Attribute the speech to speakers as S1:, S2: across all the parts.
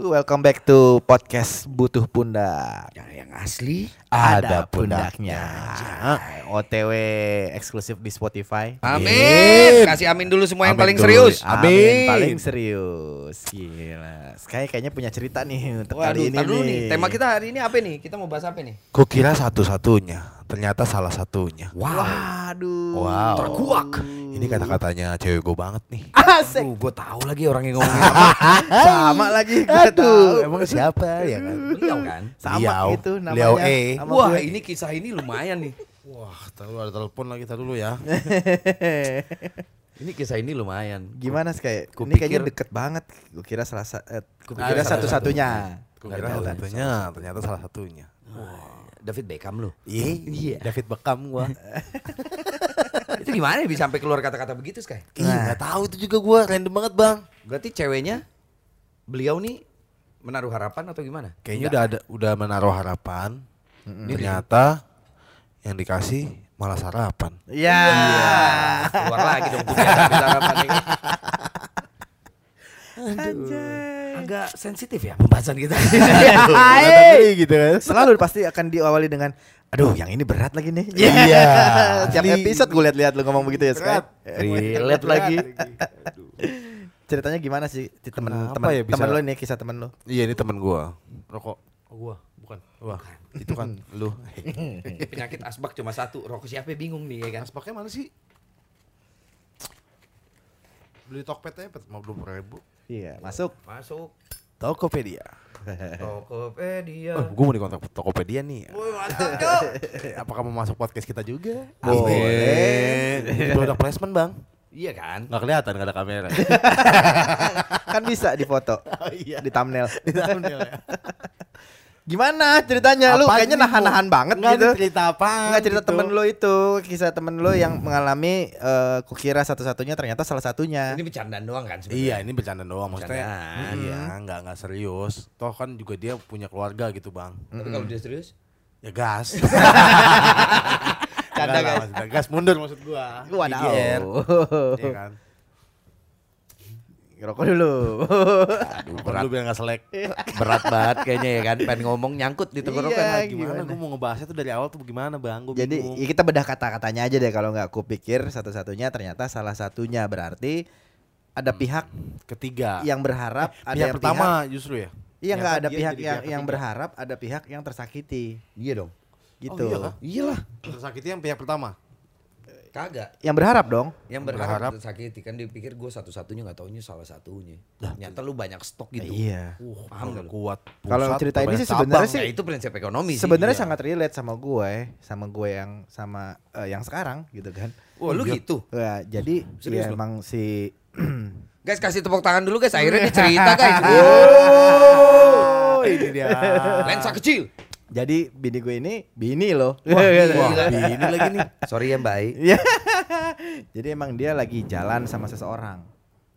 S1: Welcome back to podcast Butuh Pundak.
S2: Nah, yang asli
S1: Ada, pundaknya. OTW eksklusif di Spotify.
S2: Amin. Kasih amin dulu semua yang paling
S3: Amin dulu.
S2: serius.
S1: Amin.
S3: Amin.
S1: Paling serius. Gila. Sky kayaknya punya cerita nih untuk
S2: Waduh,
S1: kali ini
S2: tar dulu
S1: nih.
S2: nih. Tema kita hari ini apa nih? Kita mau bahas apa nih?
S3: Kukira satu-satunya, ternyata salah satunya.
S1: Waduh.
S3: Wow. Ini kata-katanya cewek gue banget nih.
S1: Asik.
S2: gue tahu lagi orang yang ngomongin apa.
S1: Sama lagi. gua tahu.
S3: emang siapa ya kan?
S2: Beliau kan.
S1: Sama
S3: Liao.
S1: gitu namanya.
S3: Liao E.
S1: Sama
S2: Wah, iya.
S1: gue.
S2: ini kisah ini lumayan nih.
S3: Wah, tahu ada telepon lagi tadi dulu ya.
S2: Ini kisah ini lumayan.
S1: Gimana Sky?
S2: Ku
S1: Ini kayaknya
S2: pikir-
S1: deket banget. Gue kira salah sa- eh, gua
S2: Ah,
S1: kira
S2: salah
S1: satu-satunya.
S3: Kukira
S1: Nggak tahu.
S3: satu-satunya, ternyata salah satunya.
S2: David Beckham lu.
S3: Iya, David Beckham gua.
S2: Itu gimana ya bisa sampai keluar kata-kata begitu, Sky?
S3: Iya, enggak tahu itu juga gua, random banget, Bang.
S2: Berarti ceweknya beliau nih menaruh harapan atau gimana?
S3: Kayaknya udah ada udah menaruh harapan. Ternyata yang dikasih malah sarapan.
S1: Iya.
S2: Keluar lagi dong punya harapan. ya kan?
S1: Anjay.
S2: Agak sensitif ya pembahasan kita.
S1: Iya.
S2: Iya.
S1: Hai. gitu kan. Selalu pasti akan diawali dengan aduh yang ini berat lagi nih.
S3: Iya.
S1: Tiap episode gue lihat-lihat lu ngomong begitu ya Sky.
S3: Berat.
S2: Relate lagi.
S1: Ceritanya gimana sih Ci, temen
S3: Kenapa
S1: temen
S3: ya bisa-
S1: temen lu nih kisah temen lu.
S3: Iya, ini teman gua. Rokok.
S2: Oh, Gua bukan.
S3: Wah, itu kan lu.
S2: Penyakit asbak cuma satu. Rokok siapa bingung nih ya kan.
S3: Aspaknya mana sih? Beli ya, Tokped aja mau dua ribu.
S1: Iya, masuk.
S2: Masuk
S3: Tokopedia.
S2: Tokopedia.
S3: Oh, gue mau dikontak Tokopedia nih.
S2: Woi, mantap, Cok.
S3: Eh, Apakah mau masuk podcast kita juga?
S1: Boleh.
S3: Di product placement bang.
S2: Iya kan?
S3: Gak kelihatan gak ada kamera.
S1: Kan bisa difoto.
S3: iya.
S1: Di thumbnail. Gimana ceritanya Iya, lu?
S3: Apaan
S1: Kayaknya
S3: ini, Bu?
S1: nahan-nahan banget
S3: Nggak,
S1: gitu.
S3: ini cerita gitu. apa?
S1: Enggak cerita temen lo itu kisah temen lo yang mengalami eh, kukira satu-satunya ternyata salah satunya.
S2: Ini bercandaan doang kan
S3: Iya
S2: sebenarnya.
S3: ini bercanda doang maksudnya.
S2: Bercandaan.
S3: Iya nggak nggak serius. Toh kan juga dia punya keluarga gitu bang.
S2: Tapi kalau dia serius,
S3: Ya gas.
S1: Canda,
S3: Nggak lah,
S1: guys.
S3: maksudnya. Gas mundur maksud gua.
S1: Wadaw.
S3: GGR. Iya kan.
S1: Rokok dulu.
S3: Aduh, berat. Lu biar nggak selek.
S1: Iya,
S2: berat banget kayaknya ya kan. Pengen ngomong nyangkut di tenggorokan.
S1: Iya,
S3: Nah, gimana?
S1: gimana?
S3: Gue mau ngebahasnya tuh dari awal tuh gimana bang? Gue
S1: Jadi ya kita bedah kata-katanya aja deh kalau nggak aku pikir satu-satunya ternyata salah satunya berarti
S2: Hmm.
S1: ada pihak
S2: Ah.
S3: ketiga.
S1: yang
S2: Eh,
S1: berharap ada
S3: pihak
S1: yang pihak-
S3: pertama justru
S1: iya
S3: ya.
S2: kan
S1: nggak
S3: Ternyata
S1: ada pihak
S3: dia jadi
S1: yang
S3: pihak
S1: yang
S3: ketiga.
S1: berharap ada pihak yang tersakiti
S2: Iya dong.
S1: gitu.
S3: iya kah?
S2: Iyalah.
S3: Tersakiti yang pihak pertama.
S2: Kagak.
S1: Yang berharap dong.
S2: Yang berharap,
S3: Berharap.
S2: sakit kan dipikir gue satu-satunya nggak taunya salah satunya. Ternyata lu banyak stok gitu.
S1: Iya.
S2: Uh, paham gak lu?
S3: Kuat.
S1: Kalau
S3: pusat,
S1: cerita ini
S3: banyak
S1: sih sebenarnya
S2: Ya
S1: sih
S2: itu prinsip ekonomi sih.
S1: sebenarnya
S2: Iya.
S1: sangat relate sama gue, sama gue yang sama eh, yang sekarang gitu kan.
S2: Wah lu
S3: Iya.
S2: gitu.
S1: Wah, jadi ya
S2: Serius lu?
S1: emang si
S2: Iya. Guys kasih tepuk tangan dulu guys. Akhirnya dia cerita guys.
S1: Iya.
S3: Oh, ini dia.
S2: Lensa kecil.
S1: jadi bini gue ini bini loh.
S3: Wah, ini lagi nih.
S2: Sorry ya Mbak Ai.
S1: Iya. Jadi emang dia lagi jalan sama seseorang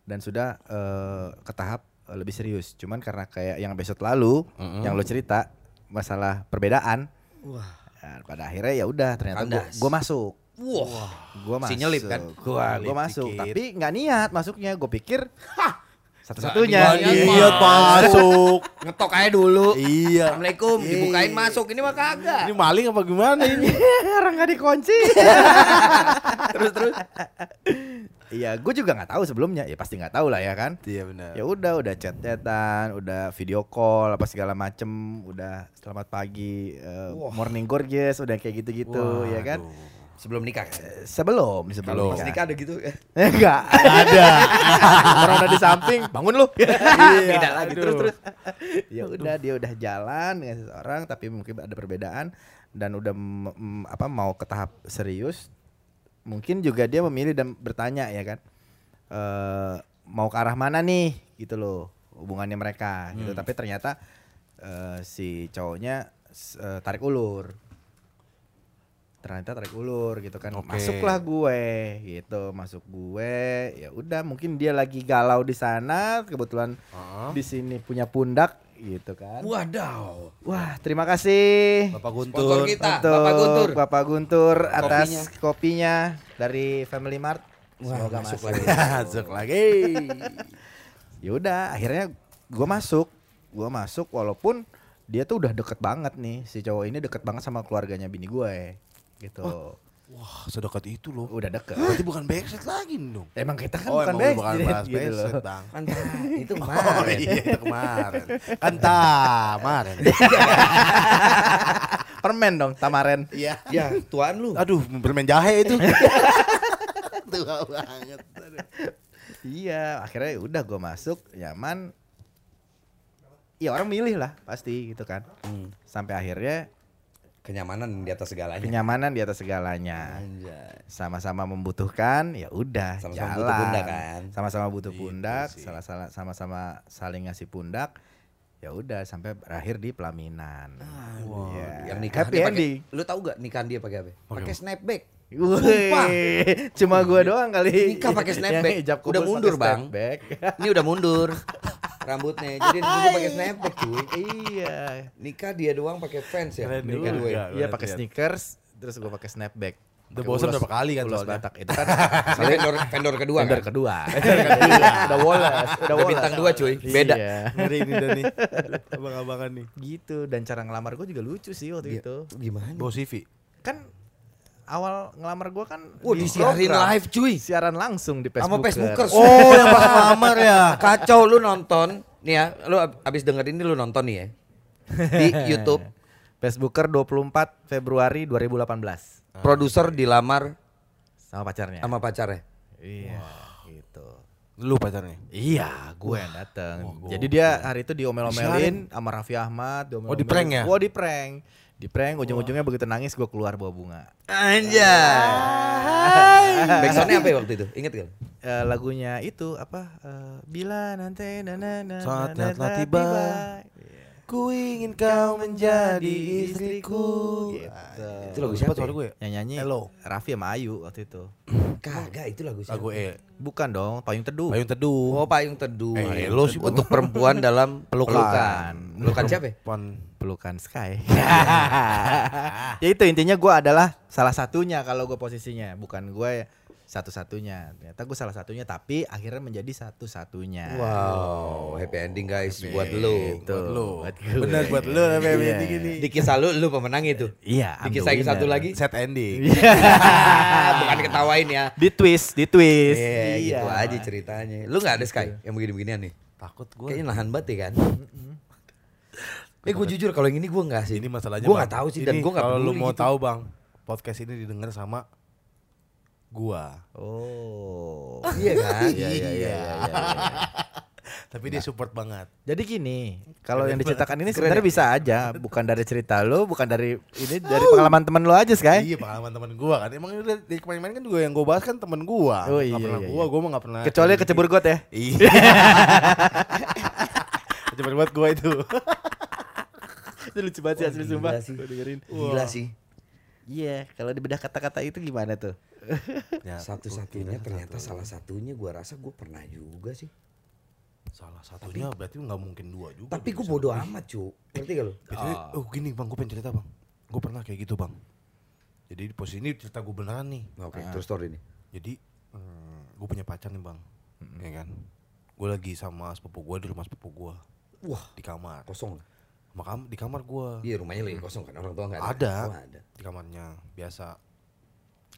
S1: dan sudah eh, ke tahap eh, lebih serius. Cuman karena kayak yang episode lalu yang lo cerita masalah perbedaan. Nah, pada akhirnya ya udah ternyata gua,
S2: Kandas.
S1: gua masuk.
S2: Wah.
S1: Gua masuk.
S2: Si nyelip kan?
S1: Gua, gua
S3: Nyelip
S1: masuk,
S3: dikit.
S1: tapi nggak niat masuknya. Gue pikir
S2: Nggak
S1: satu-satunya.
S2: niat,
S1: Iya.
S3: Iya, masuk.
S2: Ngetok aja dulu.
S3: Iya.
S2: Assalamualaikum. Dibukain masuk. Ini mah kagak.
S3: Ini maling apa gimana ini?
S1: Iya. Orang nggak dikunci.
S2: Terus terus.
S1: Iya, gue juga nggak tahu sebelumnya. Ya pasti nggak tahu lah ya kan.
S3: Iya benar.
S1: ya udah udah chat chatan udah video call apa segala macem udah selamat pagi eh, morning gorgeous udah kayak gitu gitu ya kan
S2: Sebelum nikah. kan?
S1: sebelum sebelum
S2: Pas nikah ada gitu. eh,
S1: enggak ada orang ada di samping bangun lu Iya.
S2: Beda lagi terus terus.
S1: ya udah dia udah jalan dengan seseorang tapi mungkin ada perbedaan dan udah m- m- apa mau ke tahap serius mungkin juga dia memilih dan bertanya ya kan eh mau ke arah mana nih gitu loh hubungannya mereka gitu tapi ternyata eh, si cowoknya s- eh, tarik ulur ternyata tarik ulur gitu kan
S3: Oke.
S1: masuklah gue gitu masuk gue ya udah mungkin dia lagi galau di sana kebetulan di sini punya pundak gitu kan
S2: Wadaw.
S1: wah terima kasih
S3: Bapak
S2: Sponsor
S3: Guntur.
S2: kita, Bapak Guntur.
S1: Bapak Guntur atas kopinya dari Family Mart. Semoga
S2: masuk
S1: masuk.
S2: lagi.
S3: Masuk lagi.
S1: Ya Yaudah, akhirnya gue masuk gua masuk walaupun dia tuh udah deket banget nih si cowok ini deket banget sama keluarganya bini gue gitu
S3: Oh. Wah, sedekat itu loh.
S1: udah deket
S3: Berarti bukan backstreet lagi dong.
S1: emang kita kan
S3: oh,
S1: bukan
S3: emang lu bakal
S1: backstreet
S3: bahas
S1: gitu loh
S3: backstreet, Bang.
S2: Kan itu
S3: Oh
S2: kemarin.
S3: iya, itu kemarin. Kan kemarin.
S1: permen dong tamaren
S3: Iya.
S2: Ya, tuan lu.
S3: Aduh, bermain jahe itu. Tua banget. Aduh.
S1: Iya, akhirnya udah gue masuk nyaman. Ya orang milih lah pasti gitu kan.
S2: Hmm.
S1: Sampai akhirnya
S2: Kenyamanan di atas segalanya.
S1: kenyamanan di atas segalanya.
S2: Anjay.
S1: Sama-sama membutuhkan, ya udah
S2: Sama-sama
S1: jalan.
S2: butuh pundak kan?
S1: Sama-sama butuh
S3: Gitu
S1: pundak,
S3: sih.
S1: salah salah sama-sama saling ngasih pundak. Ya udah sampai berakhir di pelaminan.
S2: Wow,
S1: Iya.
S2: yang nikah
S1: happy ending.
S2: Lu tahu gak nikahan dia pakai apa?
S3: Pakai
S2: Pakai
S3: apa?
S2: snapback. Sumpah.
S1: Wih, cuma gue doang kali.
S2: Nikah pakai
S1: Yang
S2: snapback.
S1: hijab
S2: Udah
S1: kubus
S2: mundur,
S1: pakai
S2: Bang.
S1: snapback.
S2: Ini udah mundur rambutnya. Jadi dulu pakai snapback cuy.
S1: iya.
S2: Nikah dia doang pakai fans ya.
S3: Keren
S2: Nikah
S3: juga.
S2: dua ya.
S1: Iya
S3: Gua
S1: pakai
S3: liat-liat.
S1: sneakers, terus gue pakai snapback. Pakai
S3: Udah bosan
S1: ulos-
S3: berapa kali kan
S1: ulos
S3: soalnya.
S1: Batak itu kan.
S2: Ini vendor, vendor kedua
S1: Vendor
S2: kan?
S1: kedua. iya. Udah woles, udah woles.
S2: bintang dua, cuy. Beda.
S1: Iya.
S3: Ngeri ini dah nih. Abang-abangan nih.
S1: Gitu dan cara ngelamar gue juga lucu sih waktu
S2: Dia-
S1: itu.
S2: Gimana?
S3: Bawa CV.
S1: Kan awal ngelamar gue kan
S2: Wah,
S1: di
S2: disiarin
S1: program.
S2: live cuy.
S1: Siaran langsung di Facebook.
S2: Sama Facebookers.
S3: Oh, yang pas ngelamar ya.
S2: Kacau lu nonton. Nih ya, lu ab- abis denger ini lu nonton nih ya. Di YouTube.
S1: Facebooker 24 Februari 2018
S2: Ah. Produser dilamar
S1: sama pacarnya.
S2: sama pacarnya.
S1: Iya, gitu.
S3: Lu pacarnya.
S1: Iya, gue yang dateng. Jadi dia hari itu diomel-omelin sama Raffi Ahmad.
S3: Oh, di prank ya?
S1: Oh di prank. Di prank, ujung-ujungnya begitu nangis gue keluar bawa bunga.
S2: Anjay. Backsoundnya apa ya waktu itu? Ingat gak?
S1: Eh, lagunya itu apa? eh, Bila nanti na na na
S3: Saatnya
S1: na- na-
S3: telah
S1: na-
S3: tiba.
S1: Iya.
S3: Ku ingin kau menjadi
S1: Gitu.
S2: Itu lagu siapa?
S3: Siapa suara gue? ya?
S1: Yang nyanyi
S3: Hello.
S1: Raffi sama Ayu waktu itu.
S2: Kagak itu lagu siapa?
S3: Lagu E.
S1: Bukan dong, Payung Teduh.
S3: Payung Teduh.
S2: Oh payung teduh.
S3: Eh,
S2: Payung
S3: lo
S2: Teduh.
S3: sih, Bang.
S2: untuk perempuan dalam pelukan. Pelukan siapa? ya?
S3: Pon.
S1: Pelukan Sky. ya itu intinya gue adalah salah satunya kalau gue posisinya, bukan gue satu-satunya. Ternyata gue salah satunya, tapi akhirnya menjadi satu-satunya.
S2: Wow, happy ending guys buat lo.
S1: Gitu.
S3: Buat lu.
S1: Buat gue.
S3: Bener buat lu tapi
S1: Iya.
S3: ending ini.
S2: Di kisah lu, lu pemenang itu.
S1: Iya.
S2: Di
S1: I'm the
S2: kisah yang
S1: winner.
S2: satu lagi.
S3: Set ending.
S2: Bukan ketawain ya.
S1: Di twist, di twist.
S2: Iya, gitu aja ceritanya. Lu nggak ada Sky yang begini-beginian nih?
S3: Takut gue.
S2: Kayaknya nahan banget ya kan. Eh gue jujur kalau yang ini gue nggak sih.
S3: Ini masalahnya.
S2: Gue
S3: Bang.
S2: nggak tahu sih
S3: Ini
S2: dan gue nggak
S3: Kalau
S2: peduli.
S3: lu mau
S2: gitu.
S3: tahu bang, podcast ini didengar sama gua.
S1: Oh.
S2: Iya kan.
S1: Iya, iya, iya, iya, iya, iya.
S3: Tapi dia support banget.
S1: Jadi gini, kalau yang diceritakan ini
S2: Keren
S1: sebenarnya
S2: ya?
S1: bisa aja, bukan dari cerita lo, bukan dari ini dari pengalaman teman lo aja,
S2: Eh?
S1: Sky.
S3: Iya pengalaman teman gua kan. Emang dari dari kemarin-kemarin kan juga yang gua bahas kan teman gua.
S1: Oh,
S3: Nggak
S1: iya,
S3: pernah
S1: iya,
S3: gua,
S1: iya.
S3: gua mah nggak pernah.
S1: Kecuali kecebur got ya.
S3: Iya. Kecebur buat gua itu.
S1: Itu lucu banget sih asli sumpah.
S2: Gila sih.
S1: Gua dengerin.
S2: Gila sih.
S1: Iya, kalau dibedah kata-kata itu gimana tuh?
S2: Ya, Satu-satunya ternyata salah satunya gue rasa gue pernah juga sih.
S3: Salah satunya berarti nggak mungkin dua juga.
S2: Tapi gue bodoh Ah. amat cu. Ngerti gak lu?
S3: Biasanya, oh gini bang, gue pengen cerita bang. Gue pernah kayak gitu bang. Jadi di posisi ini cerita gue beneran nih.
S2: Oke, terus story nih.
S3: Jadi gue punya pacar nih bang, ya kan. Gue lagi sama sepupu gue di rumah sepupu gue
S2: Wah,
S3: di kamar.
S2: kosong lah.
S3: Sama kam- di kamar gue
S2: Iya rumahnya lagi kosong kan orang tua nggak ada.
S3: ada,
S2: Oh, ada.
S3: di kamarnya biasa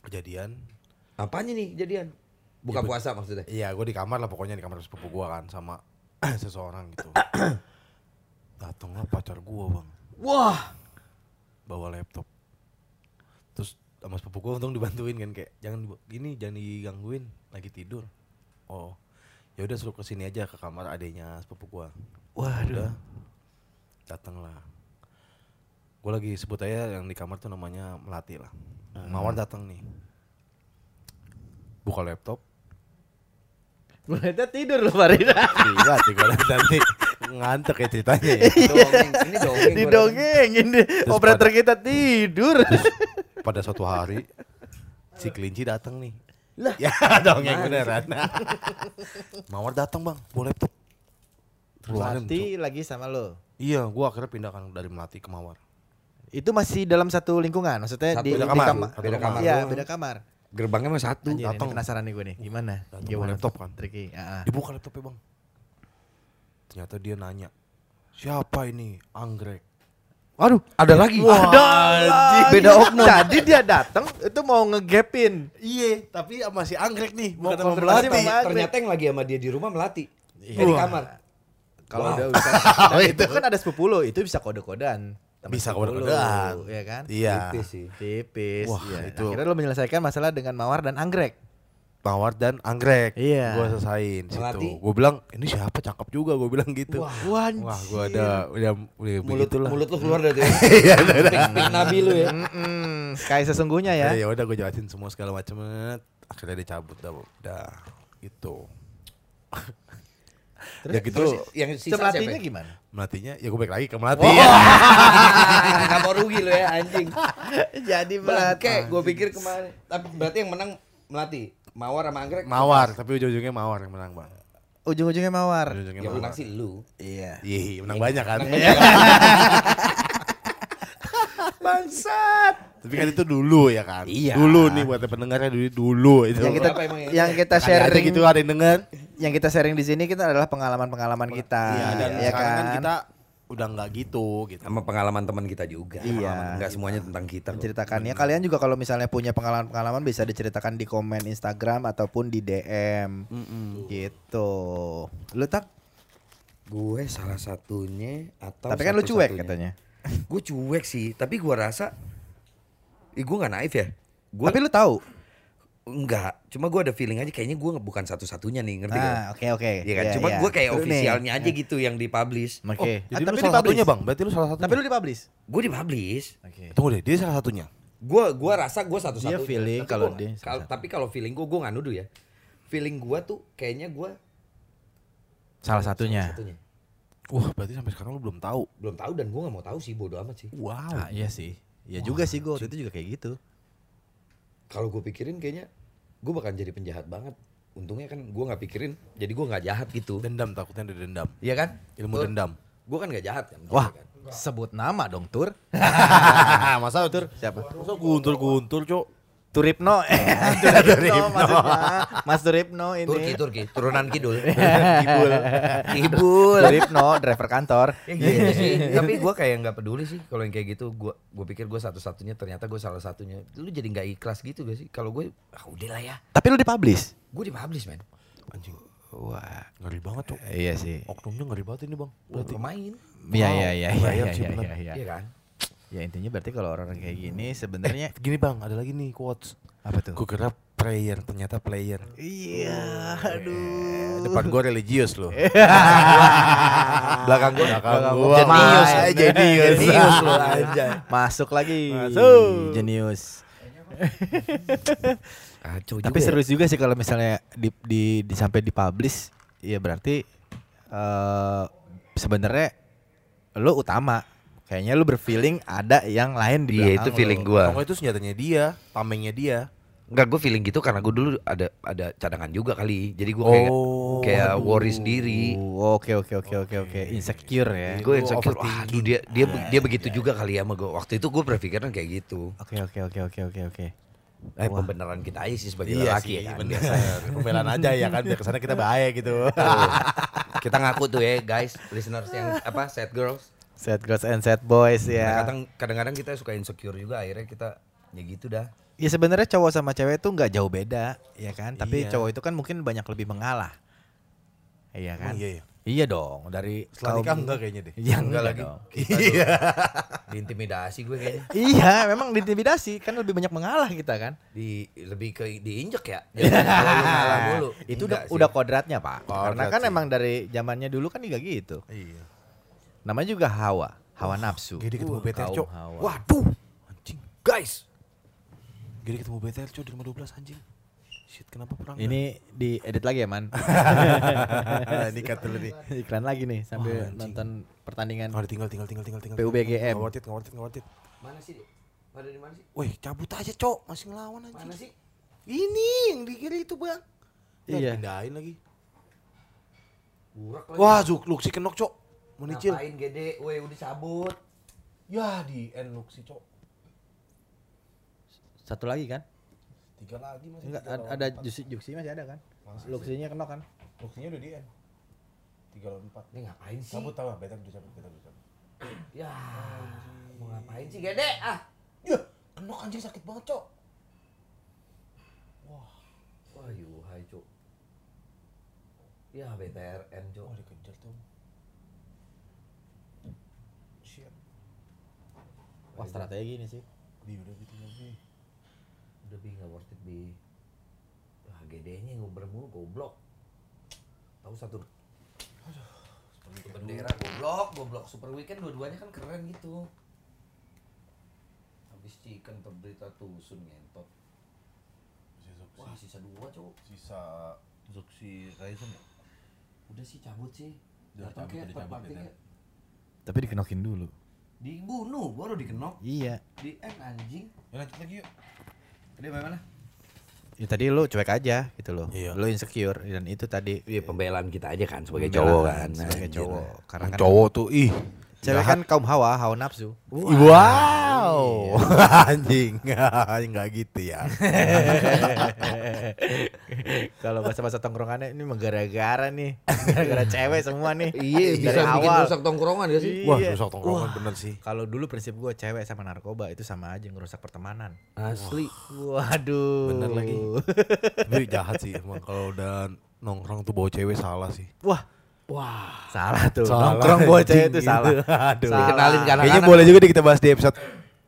S3: kejadian.
S2: Apanya nih jadian? Buka puasa maksudnya?
S3: Iya gue di kamar lah pokoknya di kamar sepupu gue kan sama seseorang gitu. Datanglah pacar gue bang,
S2: Wah,
S3: bawa laptop. Terus sama sepupu gue untung dibantuin kan kayak jangan dibu- gini jangan digangguin lagi tidur. Oh ya udah suruh kesini aja ke kamar adiknya sepupu gue.
S1: Waduh.
S3: Datanglah. Gue lagi sebut aja yang di kamar tuh namanya melati lah. Mawar datang nih. Buka laptop.
S1: Mulainya tidur loh Farida.
S3: Iya, tiga laptop nanti ngantuk ya ceritanya. Ya.
S2: dongeng. Ini dongeng. gua
S1: Didongengin deh. Operator kita tidur.
S3: Pada suatu hari si kelinci datang nih. Lah, ya dongeng beneran. Mawar datang bang, bawa laptop. Keluarin, Cuk.
S1: Melati lagi sama lo.
S3: Iya, gua akhirnya pindahkan dari melati ke mawar.
S1: Itu masih dalam satu lingkungan, maksudnya
S2: Satu
S1: di
S2: beda
S1: di
S3: kamar.
S1: kama-
S3: Beda kamar
S1: Iya,
S3: doang.
S1: beda kamar.
S2: datang. Gerbangnya mah satu.
S1: Anjir, ini
S3: datang.
S1: penasaran nih gue nih. Gimana?
S3: Datang
S1: Gimana Iya,
S3: laptop kan.
S1: Tricky. Ah, ah.
S3: Dibuka laptopnya bang Ternyata dia nanya siapa ini anggrek
S2: Aduh, ada lagi.
S1: Beda oknum. Jadi dia datang itu mau ngegapin.
S3: iya tapi sama si anggrek nih
S1: Mau
S3: bukan sama
S1: konfrontasi
S3: melati
S1: sama-
S2: Ternyata yang lagi sama dia di rumah melati.
S3: Iya.
S2: Eh, Di
S3: Wah.
S2: kamar.
S1: Kalau
S2: Wow.
S1: udah bisa. Dan itu kan ada sepuluh lo, itu bisa kode-kodean. Teman
S3: Bisa
S1: sepupu lo,
S3: kode-kodean.
S1: ya kan?
S3: iya
S2: Tipis Gitu sih.
S1: Tipis.
S3: Wah,
S1: ya. Nah,
S3: itu-
S1: Akhirnya lo menyelesaikan masalah dengan mawar dan anggrek.
S3: mawar dan anggrek
S1: Iya.
S3: gue selesain situ
S2: Melati.
S3: gue bilang ini siapa cakep juga gue bilang gitu
S2: Wah.
S1: Wah,
S3: wah gue ada udah udah
S2: Mulut,
S3: begitulah.
S2: mulut lu keluar dari itu. Pik-pik nabi lu ya.
S1: Mm-mm, kayak sesungguhnya ya.
S3: ya udah gue jelasin semua segala macam akhirnya dia cabut dah dah gitu ya gitu
S2: Terus yang sisa siapa?
S1: Cemelatinya
S2: ya?
S1: gimana?
S3: melatinya ya gue balik lagi ke melati
S2: Wah,
S3: ya
S2: nggak mau rugi lu ya anjing.
S1: Jadi
S2: Bangke, gue pikir kemarin. Tapi berarti yang menang melati, mawar sama anggrek.
S3: mawar tapi ujung-ujungnya mawar yang menang bang
S1: Ujung-ujungnya mawar.
S3: ujung-ujungnya
S2: Yang
S3: mawar
S2: menang sih Ya lu.
S1: Iya.
S3: iya menang banyak kan
S2: Menang banyak.
S1: Bangsat.
S3: tapi kan itu dulu ya kan
S1: Iya.
S3: dulu nih buat pendengarnya dulu dulu itu
S1: Yang kita
S2: Berapa emang ya?
S1: yang kita
S3: Kali aja
S1: sharing
S3: gitu ada yang denger
S1: yang kita sharing di sini kita adalah pengalaman-pengalaman kita.
S3: iya dan
S1: ya
S3: sekarang kan?
S1: kan?
S3: kita udah nggak gitu gitu
S2: Sama pengalaman teman kita juga.
S1: Iya.
S2: Enggak semuanya tentang kita. kok.
S1: menceritakannya. Ya, Kalian juga kalau misalnya punya pengalaman-pengalaman bisa diceritakan di komen Instagram ataupun di DM. Gitu. Lu tak
S2: Gue salah satunya atau
S1: tapi kan lu cuek
S2: satu-satunya.
S1: katanya.
S2: Gue cuek sih, tapi gue rasa Ih, gue gak naif ya. Gue
S1: Tapi lu tahu.
S2: enggak, cuma gue ada feeling aja kayaknya gue bukan satu-satunya nih, ngerti gak?
S1: Ah, oke oke.
S2: Iya kan? Cuma gue kayak ofisialnya aja gitu yang dipublish.
S1: Oke. Ah,
S3: jadi Oh,
S1: tapi
S3: lu salah
S1: dipublish.
S3: satunya bang berarti lu salah satunya
S1: Tapi lu dipublish.
S2: Gue dipublish.
S1: Oke.
S3: tunggu deh dia salah satunya
S2: Gue gua rasa gue satu-satunya.
S1: Dia feeling
S2: Tapi
S1: kalau
S2: gua-
S1: dia
S2: kal-
S1: satu-satu.
S2: tapi kalau feeling gue gue gak nuduh ya. Feeling gue tuh kayaknya gue
S1: Salah satunya.
S2: satunya.
S3: wah berarti sampai sekarang lu belum tahu
S2: Belum tahu dan gue gak mau tahu sih bodo amat sih.
S3: wow
S1: Ah, iya sih. Ya juga sih gue waktu itu juga kayak gitu.
S2: Kalau gue pikirin kayaknya gue bakal jadi penjahat banget. Untungnya kan gue nggak pikirin, jadi gue nggak jahat gitu.
S3: dendam takutnya ada dendam
S2: Iya kan?
S3: ilmu
S2: Gua-
S3: dendam
S2: Gue kan gak jahat kan.
S1: Iya Wah,
S2: Kan?
S1: sebut nama dong Tur.
S3: masa tur
S1: Siapa?
S3: masa guntur guntur cok
S1: Turipno. Turipno maksudnya. Mas Turipno ini.
S2: Turki, Turki, turunan kidul.
S3: Kidul.
S2: Kibul.
S1: Turipno driver kantor.
S2: Ya
S1: Iya.
S2: gitu sih. Tapi gue kayak nggak peduli sih kalau yang kayak gitu. Gue gue pikir gue satu-satunya, ternyata gue salah satunya. Lu jadi nggak ikhlas gitu gak sih? Kalau gue, ah udahlah ya.
S1: Tapi lu dipublish.
S2: Gue dipublish men.
S3: anjing
S1: Wah,
S3: ngeri banget cok
S1: iya sih.
S3: oknumnya ngeri banget ini bang
S2: Gue main,
S1: Iya
S3: Oh, Wow,
S1: iya iya iya
S3: bayar
S1: iya
S3: sih
S1: iya,
S3: bener.
S1: iya iya.
S2: iya kan?
S1: Ya intinya berarti kalau orang kayak gini sebenarnya
S3: gini bang ada lagi nih quotes
S1: apa tuh?
S3: gue kira prayer ternyata player
S1: Iya,
S3: Eh,
S1: aduh.
S3: depan gue religius loh
S2: Belakang gue,
S3: Belakang
S1: Gua
S3: gua
S1: jenius,
S3: mah,
S1: jenius.
S2: Jenius lu aja.
S1: Iya, Masuk lagi.
S3: Masuk.
S1: Jenius.
S2: kacau
S1: Tapi serius
S3: ya.
S1: juga ya. sih kalau misalnya di di, di sampai dipublish, ya berarti eh sebenarnya lu utama. Kayaknya lu berfeeling ada yang lain di belakang.
S2: Iya itu feeling
S1: lu.
S2: gue.
S3: Pokoknya itu senjatanya dia tamengnya dia
S2: Enggak, gue feeling gitu karena gue dulu ada ada cadangan juga kali. Jadi gue kayak
S3: Oh,
S2: kayak
S3: aduh.
S2: worry sendiri. Iya.
S1: Oh, Oke oke oke oke oke insecure ya.
S2: Gue
S3: Lu
S2: insecure,
S3: overthinking.
S2: wah aduh, dia dia dia begitu juga kali ya sama gue. Waktu itu gue berpikiran kayak gitu.
S1: Oke oke oke oke oke oke.
S2: Eh pembenaran kita aja sih sebagai
S3: Iya
S2: lelaki
S3: sih,
S2: ya kan.
S3: bener.
S2: Biasa.
S3: Pembelaan aja ya kan, biar kesana kita baik gitu.
S2: Tuh. kita ngaku tuh ya guys, listeners yang apa sad girls.
S1: Sad girls and sad boys
S2: Nah,
S1: ya.
S2: kadang kadang-kadang kita suka insecure juga akhirnya kita ya gitu dah.
S1: Ya sebenarnya cowok sama cewek itu nggak jauh beda, ya kan? Tapi
S3: Iya.
S1: cowok itu kan mungkin banyak lebih mengalah. Iya kan?
S3: Emang iya ya?
S1: Iya dong, dari kaum-
S3: Setelah nikah enggak kayaknya deh.
S1: Iya,
S2: Enggak
S1: enggak
S2: lagi.
S1: dong.
S2: Kita tuh diintimidasi gue kayaknya.
S1: iya, memang diintimidasi kan lebih banyak mengalah kita kan.
S2: Di lebih ke diinjek ya. Jangan kalau lu ngalah mulu.
S1: itu
S2: Enggak
S1: udah
S2: sih.
S1: udah kodratnya, Pak. Karena
S3: Kodrat
S1: kan
S3: sih.
S1: emang dari zamannya dulu kan juga gitu.
S3: Iya.
S1: Namanya juga hawa, hawa nafsu. Uh,
S3: Gede ketemu BTR,
S1: kaum
S3: Cok.
S1: hawa.
S2: Waduh,
S3: Anjing.
S2: guys.
S3: Gede ketemu BTR, Cok, di rumah 12 anjing. Shit, kenapa perang?
S1: Ini diedit lagi ya, Man.
S3: ini kata dulu nih.
S1: Iklan lagi nih
S3: Wah,
S1: sambil
S3: anjing.
S1: nonton pertandingan.
S3: Nggak ada, tinggal, Kan tinggal, tinggal, tinggal, tinggal.
S1: PUBGM.
S3: Nggak worth it, nggak worth it, nggak worth it.
S2: Mana sih? dia? Mana di mana sih?
S3: Wih, cabut aja, Cok. Masih ngelawan anjing.
S2: Mana sih?
S3: Ini yang di kiri itu, Bang. Nggak
S1: Iya.
S3: Pindahin lagi.
S2: Burak lagi.
S3: Wah, Zuk, Luxi kenok, Cok. Menicil.
S2: Oh, Ngapain gede? Weh, udah cabut.
S3: Ya, di end Luxi, Cok.
S1: Satu lagi kan?
S3: Tiga lagi masih.
S1: Enggak
S3: tiga
S1: ada,
S3: lawan
S1: ada
S3: empat.
S1: juksi, juksi masih ada kan?
S3: Masih sih.
S1: Luxinya kena kan?
S3: Luxinya udah di end. tiga lawan empat
S2: Ini ngapain sih?
S3: cabut tahu ah, betang tuh cabut betang tuh cabut
S2: Ya, mau ngapain sih gede? Ah,
S3: ya kenok anjing sakit banget cok
S2: wah yuhai cok. Ya BTRN cok.
S3: wah dikejar tuh siap
S1: Wah strategi nih sih.
S3: bi udah gitu ya bi
S2: Udah bi nggak worth it bi. Wah gedenya ngobrol mulu goblok. Tahu satu satu bendera goblok, goblok super weekend dua-duanya kan keren gitu. Habis chicken terberita tusun ngentot.
S3: Si Zuxi-
S2: Wah sisa dua cok.
S3: sisa Zuxi Ryzen ya?
S2: Udah sih cabut sih.
S3: Udah
S2: Datang
S3: cabut,
S2: kayak
S3: udah cabut,
S2: tempat
S3: Beda.
S2: kayak
S1: Tapi dikenokin dulu.
S2: dibunuh baru dikenok
S1: Iya.
S2: di N anjing.
S3: ya lanjut lagi yuk
S2: Ini mana?
S1: Ya tadi lu cuek aja gitu loh.
S3: Iya.
S1: Lu insecure dan itu tadi
S2: Iya pembelaan kita aja kan sebagai
S1: Pembelaan
S2: cowok kan.
S1: sebagai
S2: Anjir.
S1: cowok. Karena kan
S3: Iya. cowok tuh ih
S1: cewek kan kaum hawa, hawa nafsu.
S3: Wow,
S1: Iya.
S3: anjing, nggak gitu ya.
S1: Kalau bahasa-bahasa tongkrongannya ini menggara-gara nih. Gara-gara cewek semua nih.
S2: Iya
S1: Dari
S2: bisa bikin
S1: awal.
S2: rusak tongkrongan gak sih?
S1: Iya.
S3: Wah, rusak tongkrongan bener sih.
S1: Kalau dulu prinsip gue cewek sama narkoba itu sama aja ngerusak pertemanan.
S2: Asli.
S1: Waduh.
S3: Bener lagi. Tapi jahat sih emang kalau udah nongkrong tuh bawa cewek salah sih.
S1: Wah,
S2: Wah.
S1: salah tuh.
S3: Salah,
S1: Nongkrong bawa cewek
S3: anjing,
S1: itu
S3: gitu.
S1: salah.
S3: Aduh.
S1: Salah.
S2: Dikenalin ke anak-anak.
S3: Kayaknya boleh juga deh kita bahas di episode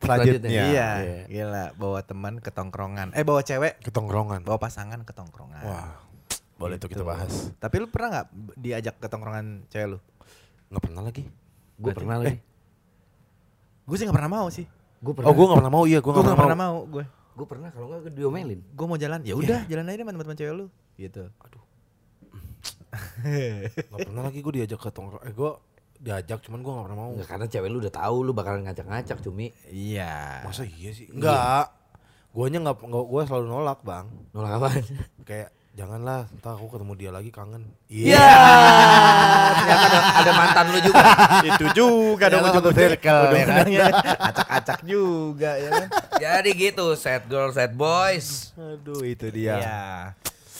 S3: selanjutnya.
S2: Selanjutnya,
S1: Iya, gila bawa teman ke tongkrongan. Eh bawa cewek,
S3: Ketongkrongan.
S1: bawa pasangan ke tongkrongan.
S3: Wah, boleh tuh
S1: Gitu.
S3: kita bahas.
S1: Tapi lu pernah nggak b- diajak ke tongkrongan cewek lu?
S3: Nggak pernah lagi.
S2: Gue pernah lagi.
S1: Gue sih nggak pernah mau sih.
S2: Gue Eh, pernah.
S3: Oh, gue nggak pernah mau. Iya, gue
S1: Gue
S3: nggak
S1: nggak
S3: pernah,
S1: pernah mau. Gue
S2: Gue pernah kalau nggak gue diomelin.
S1: gue mau jalan. Ya udah, jalan aja deh sama teman-teman cewek lu. Gitu.
S3: mau. Nggak pernah lagi gue diajak ke tongkrong. Eh, gue diajak, cuman gue nggak pernah mau.
S2: Enggak karena cewek lu udah tahu lu bakalan ngacak-ngacak cumi.
S1: Iya.
S3: Masa iya sih? Enggak. Guanya nggak, nggak- gua selalu nolak bang.
S2: Nolak apaan?
S3: Kayak janganlah, ntar aku ketemu dia lagi kangen.
S2: Iya. Ternyata ada, ada mantan lu juga.
S1: Itu juga dong
S2: Iya,
S1: ujung
S2: satu circle, ya kan?
S1: ujungnya acak-acak juga ya kan.
S2: Jadi gitu, sad girl, sad boys.
S3: Aduh, itu
S1: Iya.
S3: dia.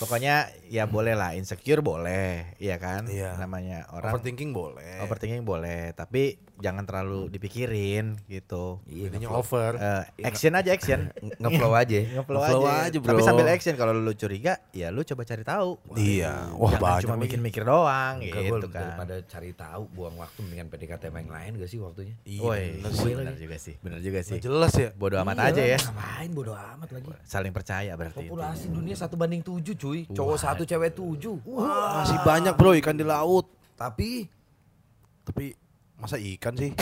S1: Pokoknya ya boleh lah insecure boleh, iya kan?
S3: Iya.
S1: Namanya orang
S3: Overthinking boleh.
S1: overthinking boleh, tapi jangan terlalu dipikirin gitu.
S2: Iya.
S3: Jadinya over.
S1: Eh, action aja action.
S2: Ngeflow aja.
S1: Ngeflow
S3: Ngeflow
S1: aja.
S3: aja,
S1: Tapi
S3: bro.
S1: sambil action kalau lu curiga, ya lu coba cari tahu.
S3: Iya. Wah,
S1: Jangan
S3: banyak
S1: cuma
S3: lagi.
S1: mikir-mikir doang
S2: Enggak,
S1: gitu
S2: gua
S1: kan.
S2: daripada cari tahu buang waktu mendingan PDKT sama yang lain gak sih waktunya?
S3: Iya,
S1: Woi,
S3: bener sih.
S1: benar juga sih. Benar juga sih.
S3: Nggak jelas ya.
S1: Bodoh amat
S2: Iya,
S1: aja ya.
S2: Ngapain bodo amat lagi.
S1: Saling percaya berarti.
S2: Populasi dunia satu banding tujuh cuy. Cowok satu cewek tujuh.
S3: Wah, Ah, masih banyak bro ikan di laut.
S2: Tapi
S3: Tapi masa ikan sih?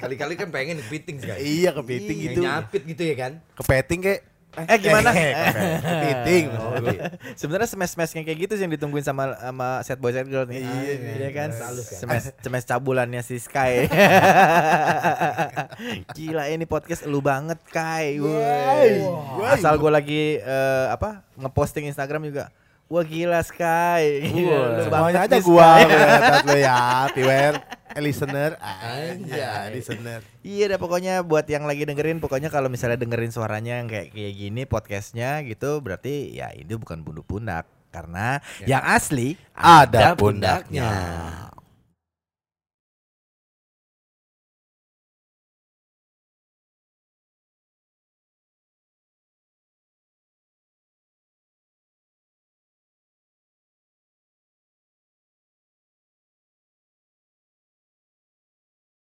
S2: kali-kali kan pengen kepiting sih. Kayak
S3: iya kepiting
S2: Yang nyapit gitu ya kan.
S3: Kepeting kek.
S1: Eh gimana?
S3: kepiting.
S2: Iya, Oh,
S1: Iya. Sebenarnya smash smash kayak gitu sih yang ditungguin sama sama set boy set girl nih. Iya, kan?
S2: Selalu kan.
S1: Smash smash cabulannya si Sky. Gila ini podcast lu banget Kai. Woi. Asal gua lagi eh, apa ngeposting Instagram juga. Wah gila Sky. iya, Lu
S3: Semuanya
S1: banget
S3: aja
S1: nih,
S3: gua
S1: Sky.
S3: melihat lo ya, beware eh, listener.
S2: Anjay.
S3: Anjay, listener.
S1: Iya dah pokoknya buat yang lagi dengerin pokoknya kalau misalnya dengerin suaranya yang kayak kayak gini podcastnya gitu berarti ya ini bukan bundu pundak karena yang asli
S3: Ada
S1: pundaknya.
S3: pundaknya.